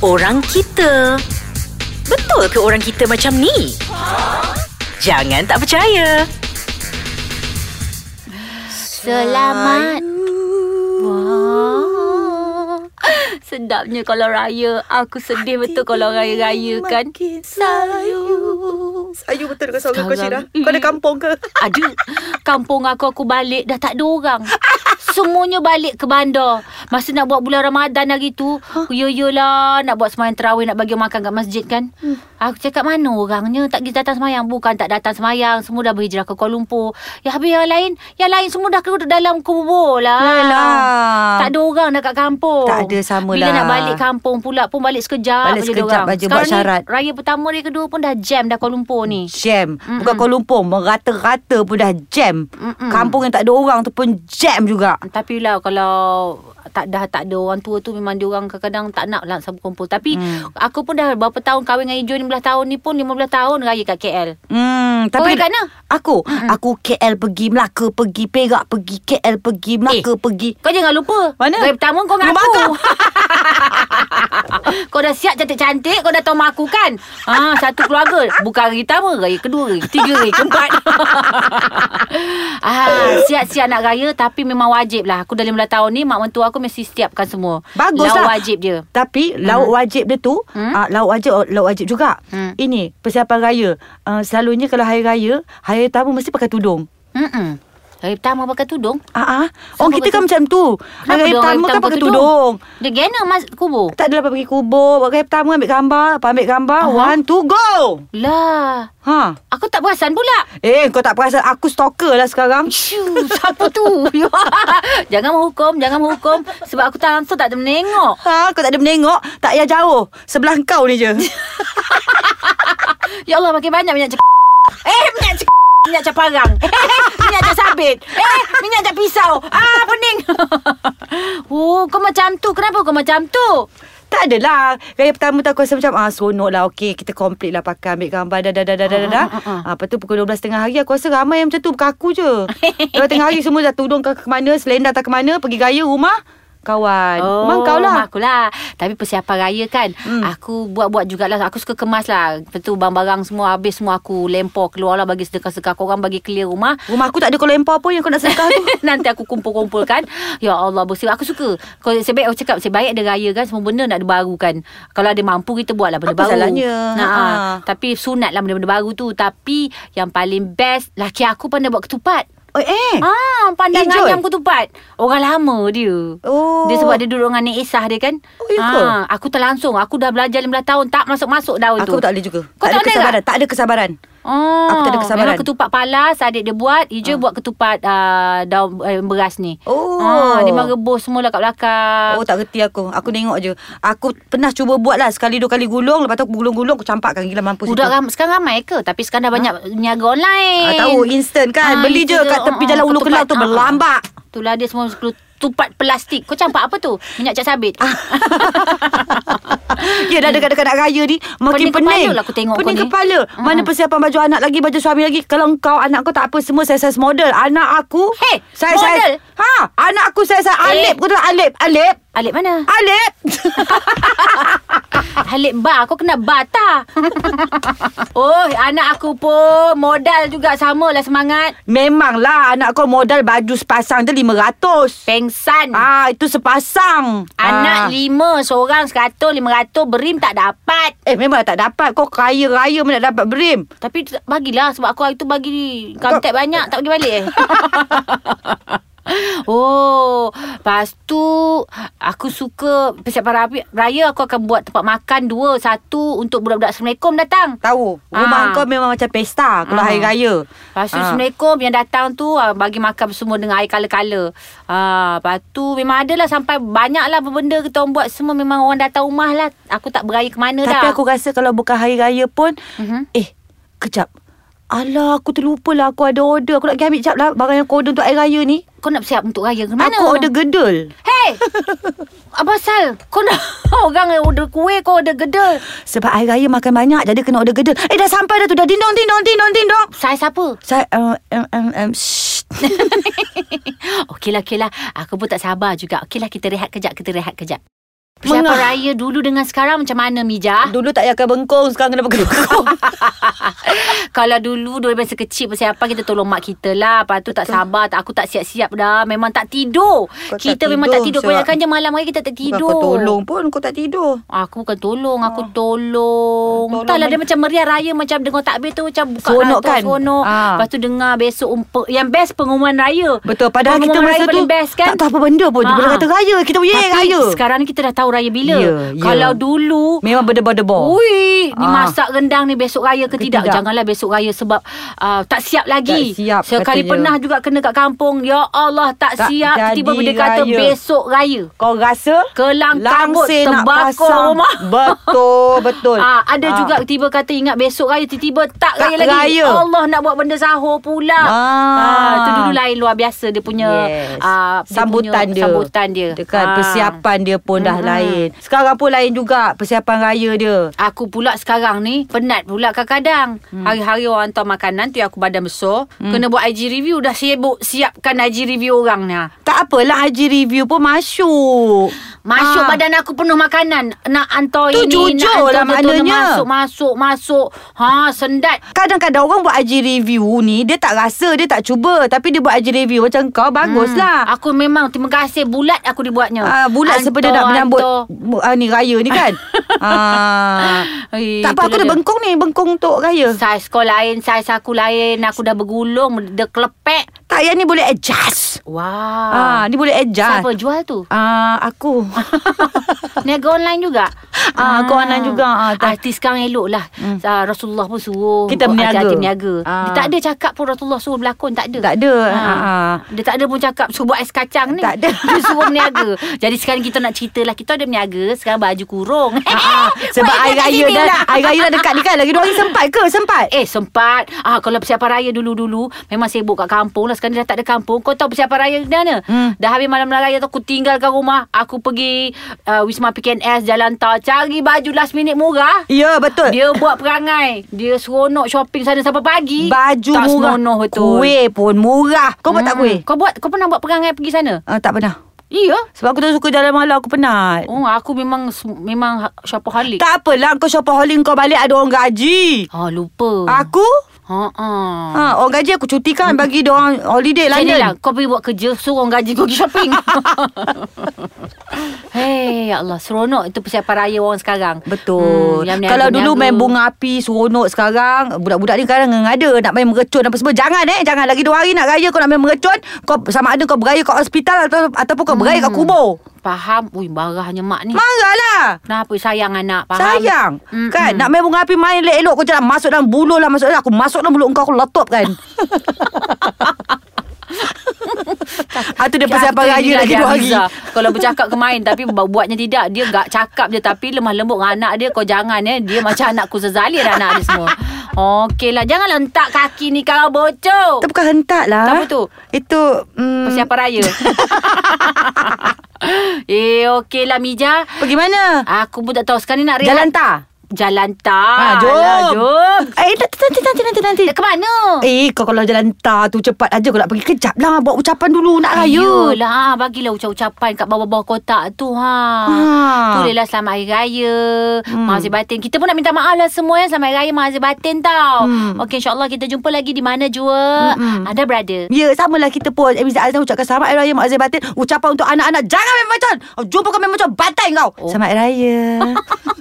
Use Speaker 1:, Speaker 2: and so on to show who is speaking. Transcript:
Speaker 1: orang kita. Betul ke orang kita macam ni? Jangan tak percaya.
Speaker 2: Selamat. Wah. Sedapnya kalau raya. Aku sedih betul kalau raya-raya kan.
Speaker 3: Makin sayu. Sayu betul dengan suara kau Syirah.
Speaker 2: Sekarang-
Speaker 3: Kau ada kampung ke?
Speaker 2: Ada. Kampung aku aku balik dah tak ada orang. Semuanya balik ke bandar. Masa nak buat bulan Ramadan hari tu, ya yalah nak buat semayang terawih nak bagi makan kat masjid kan. Aku cakap mana orangnya tak pergi datang semayang. Bukan tak datang semayang. Semua dah berhijrah ke Kuala Lumpur. Ya habis yang lain, yang lain semua dah keluar dalam kubur lah.
Speaker 1: Ah.
Speaker 4: Alah.
Speaker 2: Tak ada orang dah kat kampung.
Speaker 4: Tak ada, sama
Speaker 2: Bila
Speaker 4: lah.
Speaker 2: nak balik kampung pula pun balik sekejap.
Speaker 4: Balik
Speaker 2: je dia
Speaker 4: sekejap aja,
Speaker 2: orang.
Speaker 4: buat
Speaker 2: Sekarang
Speaker 4: syarat.
Speaker 2: Ni, raya pertama, raya kedua pun dah jam dah Kuala Lumpur ni.
Speaker 4: Jam Bukan Kuala Lumpur Merata-rata pun dah jam
Speaker 2: Mm-mm.
Speaker 4: Kampung yang tak ada orang tu pun jam juga
Speaker 2: Tapi lah kalau tak dah tak ada orang tua tu memang dia orang kadang-kadang tak nak lah sama kumpul. Tapi
Speaker 4: Mm.
Speaker 2: hmm. aku pun dah berapa tahun kahwin dengan Ijo 15 tahun ni pun 15 tahun raya kat KL.
Speaker 1: Oh,
Speaker 4: Hmm,
Speaker 2: Kau
Speaker 4: tapi
Speaker 2: pergi kat mana?
Speaker 4: Aku Aku KL pergi Melaka pergi Perak pergi KL pergi
Speaker 1: Eh.
Speaker 4: Melaka pergi
Speaker 2: Kau jangan lupa.
Speaker 4: Mana?
Speaker 2: Raya pertama kau dengan
Speaker 4: Rumah
Speaker 2: aku. kau dah siap cantik-cantik. Kau dah tahu mak aku kan?
Speaker 4: Ah,
Speaker 2: Ha, satu keluarga. Bukan raya pertama. Raya kedua. Raya ketiga. Raya keempat. ah, siap-siap nak raya. Tapi memang wajib lah. Aku dah 15 tahun ni. Mak mentua aku mesti siapkan semua.
Speaker 4: Bagus
Speaker 2: Lauk
Speaker 4: lah.
Speaker 2: wajib dia.
Speaker 4: Tapi lauk wajib dia tu
Speaker 1: Mm.
Speaker 2: Hmm.
Speaker 4: ah, Lauk wajib Lauk wajib juga
Speaker 2: Hmm.
Speaker 4: Ini Persiapan raya Ah, Selalunya kalau hari raya Hari tamu mesti pakai tudung
Speaker 2: Mm-mm. Hari pertama pakai tudung.
Speaker 4: Ah, ah.
Speaker 2: Sama
Speaker 4: Orang kita kan
Speaker 2: pakai
Speaker 4: macam tu
Speaker 2: Kenapa
Speaker 4: Hari
Speaker 2: dia orang
Speaker 4: pertama
Speaker 2: hitam
Speaker 4: kan
Speaker 2: pakai
Speaker 4: pakai tudung
Speaker 2: Dia gana mas kubur.
Speaker 4: Tak adalah pergi kubur Hari pertama ambil gambar Lepas ambil gambar
Speaker 2: Aha.
Speaker 4: One, two, go
Speaker 2: Lah.
Speaker 4: Ha
Speaker 2: Aku tak perasan pula.
Speaker 4: Eh kau tak perasan Aku stalker lah sekarang
Speaker 2: Shoo, siapa tu? jangan menghukum, jangan menghukum. Sebab aku tak langsung tak ada menengok.
Speaker 4: Ha kau tak ada menengok Tak payah jauh Sebelah kau ni je
Speaker 2: Ya Allah, makin banyak minyak cek. Eh, minyak cek. Minyak cap parang Eh, minyak cap sabit Eh, minyak cap pisau Ah, pening Oh, kau macam tu Kenapa kau macam tu?
Speaker 4: Tak adalah Raya pertama tu aku rasa macam ah, Seronok lah Okay kita complete lah Pakai ambil gambar Dah dah dah dah dah dah, dah.
Speaker 2: Ah, ah, ah.
Speaker 4: Ah, Lepas tu pukul 12.30 hari Aku rasa ramai yang macam tu Bukan aku je Lepas tengah hari semua dah tudung ke, ke mana Selendang tak ke mana Pergi gaya rumah Kawan
Speaker 2: Oh,
Speaker 4: Rumah kau lah
Speaker 2: Rumah aku lah. Tapi persiapan raya kan,
Speaker 4: Hmm.
Speaker 2: hmm. aku buat-buat jugalah. Aku suka kemas lah. Lepas tu barang-barang semua habis semua aku lempar keluar lah bagi sedekah-sedekah korang bagi clear rumah.
Speaker 4: Rumah aku tak ada kolam empau pun Yang kau nak sedekah tu
Speaker 2: Nanti aku kumpul-kumpulkan Ya Allah bersih Aku suka Kalau sebaik aku cakap Sebaik ada raya kan Semua benda nak ada baru kan Kalau ada mampu Kita buat lah benda
Speaker 4: Apa
Speaker 2: baru
Speaker 4: salahnya?
Speaker 2: nah,
Speaker 4: Ha.
Speaker 2: ha. Tapi sunat lah benda-benda baru tu Tapi Yang paling best Laki aku pandai buat ketupat
Speaker 4: oh, Eh
Speaker 2: Ah, pandai
Speaker 4: Ijol?
Speaker 2: ngayam ketupat Orang lama dia
Speaker 4: Oh.
Speaker 2: Dia sebab dia duduk dengan Nek Isah dia kan
Speaker 4: Oh, ya ke?
Speaker 2: Ah, Aku terlangsung Aku dah belajar 15 tahun Tak masuk-masuk daun
Speaker 4: Aku
Speaker 2: tu
Speaker 4: tak boleh juga
Speaker 2: Kau
Speaker 4: tak, ada
Speaker 2: tak boleh
Speaker 4: kesabaran Tak ada kesabaran
Speaker 2: Oh,
Speaker 4: Aku tak ada kesabaran. Ah.
Speaker 2: Memang ketupat palas adik dia buat. Ija buat ketupat uh, daun eh, beras ni.
Speaker 4: Oh.
Speaker 2: Ah, dia memang rebus semua lah kat belakang.
Speaker 4: Oh tak reti aku Aku tengok je Aku pernah cuba buat lah Sekali dua kali gulung Lepas tu aku gulung-gulung Aku campakkan gila mampus
Speaker 2: Budak
Speaker 4: itu.
Speaker 2: ram, sekarang ramai ke? Tapi sekarang dah banyak niaga online.
Speaker 4: Ah, tahu instant kan
Speaker 2: Ah,
Speaker 4: Beli
Speaker 2: itu
Speaker 4: je kat tepi
Speaker 2: Ah,
Speaker 4: jalan ulu kelau
Speaker 2: ketupat.
Speaker 4: tu
Speaker 2: Ah, ah.
Speaker 4: Berlambak
Speaker 2: Itulah dia semua ketupat plastik. Kau campak apa tu? Minyak cat sabit.
Speaker 4: Ah. Ya dah dekat-dekat nak raya ni Makin pening
Speaker 2: Hmm. Pening kepala lah aku tengok
Speaker 4: Pening
Speaker 2: kau ni. Hmm.
Speaker 4: kepala Mana persiapan baju anak lagi Baju suami lagi Kalau kau anak kau tak apa Semua size-size model Anak aku
Speaker 2: Hey,
Speaker 4: size-size-
Speaker 2: model?
Speaker 4: Ha Anak aku size-size
Speaker 2: Eh.
Speaker 4: Alip Kau tahu Alip Alip
Speaker 2: Alik mana?
Speaker 4: Alip
Speaker 2: Alik bar. Kau kena bar tak? oh, anak aku pun modal juga sama lah semangat.
Speaker 4: Memanglah anak kau modal baju sepasang je RM500
Speaker 2: Pengsan.
Speaker 4: Ah, itu sepasang.
Speaker 2: Anak
Speaker 4: ah.
Speaker 2: lima seorang seratus lima ratus berim tak dapat.
Speaker 4: Eh memang tak dapat Kau kaya-raya pun nak dapat berim
Speaker 2: Tapi tu- bagilah sebab aku hari tu bagi kontak banyak tak pergi balik eh. Oh, lepas tu aku suka persiapan raya, raya aku akan buat tempat makan dua, satu untuk budak-budak Assalamualaikum datang.
Speaker 4: Tahu Rumah
Speaker 2: Ah.
Speaker 4: kau memang macam pesta Kalau
Speaker 2: Ah.
Speaker 4: hari raya
Speaker 2: Lepas tu
Speaker 4: Ah.
Speaker 2: Assalamualaikum yang datang tu ah, bagi makan semua dengan air kala-kala. Ah, lepas tu memang adalah sampai banyaklah benda kita orang buat semua memang orang datang rumah lah. Aku tak beraya ke mana dah.
Speaker 4: Tapi aku rasa kalau bukan hari raya pun
Speaker 2: Mhm.
Speaker 4: Eh kejap Alah aku terlupa lah Aku ada order Aku nak pergi ambil jap lah Barang yang aku order untuk hari raya ni
Speaker 2: Kau nak siap untuk raya ke mana?
Speaker 4: Aku order gedul
Speaker 2: Hey! Apa asal? Kau nak orang yang order kuih, kau order gedel.
Speaker 4: Sebab hari raya makan banyak Jadi kena order gedul Eh dah sampai dah tu Dah dindong dindong dindong dindong
Speaker 2: Saiz apa?
Speaker 4: Saya um, um, um, um, shh.
Speaker 2: lah, Okeylah, okeylah. Aku pun tak sabar juga. Okeylah, kita rehat kejap, kita rehat kejap. Persiapan
Speaker 4: Mengah.
Speaker 2: raya dulu dengan sekarang macam mana Mija?
Speaker 4: Dulu tak payah pakai bengkong Sekarang kena pakai bengkong
Speaker 2: Kalau dulu dulu masa kecil persiapan kita tolong mak kita lah. Lepas tu tak sabar, tak aku tak siap-siap dah. Memang tak tidur.
Speaker 4: Kau tak
Speaker 2: kita memang tak tidur.
Speaker 4: tidur
Speaker 2: Kebanyakan
Speaker 4: sebab-
Speaker 2: je malam hari kita tak
Speaker 4: Bukan
Speaker 2: tidur.
Speaker 4: Kau tolong pun Kau tak tidur
Speaker 2: Aku bukan tolong, aku Ah. tolong.
Speaker 4: Tolong
Speaker 2: Entahlah dia
Speaker 4: men-
Speaker 2: macam meriah raya macam dengar takbir tu macam buka
Speaker 4: Seronok
Speaker 2: lah, tu,
Speaker 4: kan?
Speaker 2: Seronok.
Speaker 4: Ah.
Speaker 2: Lepas tu dengar besok umpe, yang best pengumuman raya.
Speaker 4: Betul Padahal kita
Speaker 2: Pengumuman
Speaker 4: masa
Speaker 2: raya
Speaker 4: tu
Speaker 2: paling best kan?
Speaker 4: Tak tahu apa benda pun Dia
Speaker 2: Ha.
Speaker 4: boleh kata raya Kita yeah
Speaker 2: Tapi
Speaker 4: raya
Speaker 2: sekarang ni kita dah tahu raya bila.
Speaker 4: Ya, ya.
Speaker 2: Kalau dulu
Speaker 4: Memang berdebar-debar
Speaker 2: Ui, ni
Speaker 4: Oh. Ah.
Speaker 2: masak rendang ni besok raya ke tidak?
Speaker 4: tidak.
Speaker 2: Janganlah besok raya sebab uh, tak siap lagi.
Speaker 4: Tak siap,
Speaker 2: Sekali
Speaker 4: katanya.
Speaker 2: pernah juga kena kat kampung, ya Allah tak,
Speaker 4: Tak
Speaker 2: siap,
Speaker 4: jadi
Speaker 2: tiba-tiba dia kata
Speaker 4: raya.
Speaker 2: besok raya.
Speaker 4: Kau rasa
Speaker 2: Kelang kabut
Speaker 4: Langsir nak
Speaker 2: terbakar
Speaker 4: pasang.
Speaker 2: rumah.
Speaker 4: Betul Betul
Speaker 2: Ah, ada
Speaker 4: Ah.
Speaker 2: juga tiba kata ingat besok raya tiba-tiba tak,
Speaker 4: Tak
Speaker 2: raya lagi.
Speaker 4: raya.
Speaker 2: Allah nak buat benda sahur pula. Ah, tu dulu lain luar biasa dia punya
Speaker 4: Yes.
Speaker 2: ah, dia
Speaker 4: sambutan
Speaker 2: punya
Speaker 4: dia.
Speaker 2: sambutan dia.
Speaker 4: Dekat
Speaker 2: Ah.
Speaker 4: persiapan dia pun dah
Speaker 2: Mhm.
Speaker 4: lain. Sekarang pun lain juga persiapan raya dia.
Speaker 2: Aku pula sekarang ni penat pula kadang-kadang. Hmm. Hari-hari orang hantar makanan tu yang aku badan besar, hmm. kena buat IG review dah sibuk siapkan IG review orang ni. ha.
Speaker 4: Tak apalah Haji review pun masuk.
Speaker 2: Masuk
Speaker 4: Ah.
Speaker 2: badan aku penuh makanan. Nak hantar
Speaker 4: Tu
Speaker 2: ini,
Speaker 4: jujur lah
Speaker 2: nak tu, tu, tu,
Speaker 4: maknanya.
Speaker 2: Masuk, masuk, masuk. Ha, sendat.
Speaker 4: Kadang-kadang orang buat Haji review ni dia tak rasa, dia tak cuba tapi dia buat Haji review macam kau
Speaker 2: Hmm.
Speaker 4: baguslah.
Speaker 2: Aku memang terima kasih bulat aku dibuatnya.
Speaker 4: Ah bulat sebenarnya nak menyambut ah, ni raya ni kan. ah.
Speaker 2: Eh,
Speaker 4: Tak apa aku
Speaker 2: itulah
Speaker 4: dah
Speaker 2: dia.
Speaker 4: bengkung ni, bengkung untuk raya.
Speaker 2: Saiz kau lain, saiz aku lain. Aku dah bergulung, dia kelepek.
Speaker 4: Tak payah ni boleh adjust. Ah,
Speaker 2: Wah.
Speaker 4: ni boleh adjust.
Speaker 2: Siapa jual tu?
Speaker 4: Ah, aku.
Speaker 2: Niaga online juga
Speaker 4: Ah, aku online juga. Ah, tak-
Speaker 2: Artis sekarang elok lah hmm. ah, Rasulullah pun suruh
Speaker 4: Kita berniaga.
Speaker 2: Hati-hati berniaga
Speaker 4: Ah.
Speaker 2: Dia tak ada cakap pun Rasulullah suruh berlakon Tak ada
Speaker 4: tak ada.
Speaker 2: Ah.
Speaker 4: Ah.
Speaker 2: Dia tak ada pun cakap Suruh buat ais kacang ni
Speaker 4: Tak ada.
Speaker 2: Dia suruh berniaga Jadi sekarang kita nak cerita lah Kita ada berniaga Sekarang baju kurung
Speaker 4: Ah, sebab
Speaker 2: Eh, Buat
Speaker 4: air
Speaker 2: kat
Speaker 4: raya
Speaker 2: sini
Speaker 4: dah
Speaker 2: lah.
Speaker 4: air raya dah dekat ni kan lagi dua hari sempat ke sempat
Speaker 2: Eh sempat ah, Kalau persiapan raya dulu-dulu Memang sibuk kat kampung lah Sekarang dah tak ada kampung Kau tahu persiapan raya di mana
Speaker 4: Hmm.
Speaker 2: Dah habis malam raya tu Aku tinggalkan rumah Aku pergi uh, Wisma PKNS Jalan Tar Cari baju last minute murah
Speaker 4: Ya betul
Speaker 2: Dia buat perangai Dia seronok shopping sana sampai pagi
Speaker 4: Baju
Speaker 2: tak
Speaker 4: murah
Speaker 2: seronok betul
Speaker 4: Kuih pun murah Kau buat tak
Speaker 2: Hmm.
Speaker 4: kuih?
Speaker 2: Kau buat Kau pernah buat perangai pergi sana?
Speaker 4: Uh, tak pernah
Speaker 2: Iya
Speaker 4: Sebab aku tak suka jalan malam Aku penat
Speaker 2: Oh aku memang Memang ha- shopaholic
Speaker 4: Tak apalah Kau shopaholic kau balik Ada orang gaji
Speaker 2: Ha lupa
Speaker 4: Aku
Speaker 2: Ha ah.
Speaker 4: ha, Orang gaji aku cuti kan Bagi dia orang holiday
Speaker 2: Macam ni
Speaker 4: London
Speaker 2: lah Kau pergi buat kerja Suruh orang gaji kau pergi shopping Hei Ya Allah Seronok itu persiapan raya orang sekarang
Speaker 4: Betul hmm,
Speaker 2: yang berniaga-
Speaker 4: Kalau dulu
Speaker 2: berniaga.
Speaker 4: main bunga api Seronok sekarang Budak-budak ni kadang ngada Nak main merecut apa semua Jangan eh Jangan lagi dua hari nak raya Kau nak main merecut Kau sama ada kau beraya kat hospital atau, Ataupun kau beraya kat kubur
Speaker 2: Faham Ui marahnya mak ni
Speaker 4: Marahlah
Speaker 2: Kenapa sayang anak Faham
Speaker 4: Sayang
Speaker 2: Mm-mm.
Speaker 4: mm Kan Nak main bunga api Main elok-elok Kau jangan masuk dalam bulu lah Masuk dalam Aku masuk dalam bulu kau Aku letup kan Ah, tu dia persiapan
Speaker 2: Aku
Speaker 4: raya
Speaker 2: teringat
Speaker 4: lagi
Speaker 2: dia
Speaker 4: dua hari
Speaker 2: Hamizah. Kalau bercakap kemain Tapi bu- buatnya tidak Dia gak cakap je Tapi lemah lembut dengan anak dia Kau jangan eh Dia macam anakku sezalir Anak dia semua Okey lah Jangan lentak kaki ni Kalau bocor
Speaker 4: Itu bukan hentak lah
Speaker 2: Apa tu?
Speaker 4: Itu mm,
Speaker 2: Persiapan raya Eh okey lah Mija
Speaker 4: Pergi mana?
Speaker 2: Aku pun tak tahu Sekarang ni nak rehat
Speaker 4: Jalan tak?
Speaker 2: Jalan tak
Speaker 4: Ah, jom.
Speaker 2: Alah, Jom
Speaker 4: Eh nanti nanti nanti nanti nanti
Speaker 2: Eh, Ke mana?
Speaker 4: Eh kau kalau jalan tak tu cepat aja Kau nak pergi kejap lah Buat ucapan dulu nak raya
Speaker 2: Ya. Ayolah, Ah, bagilah ucapan-ucapan kat bawah-bawah kotak tu. Ha.
Speaker 4: Ha.
Speaker 2: Tulislah selamat hari raya, hmm. mahasir batin. Kita pun nak minta maaf lah semua ya. Selamat hari raya, mahasir batin tau. Hmm. Okey, insyaAllah kita jumpa lagi di mana jua. Hmm. Ada berada.
Speaker 4: Ya, sama lah kita pun. Emiza Azam ucapkan selamat Hari Raya Mak Azam Batin. Ucapan untuk anak-anak. Jangan main macam. Jumpa kau main macam bantai kau.
Speaker 2: Oh.
Speaker 4: Selamat Hari Raya.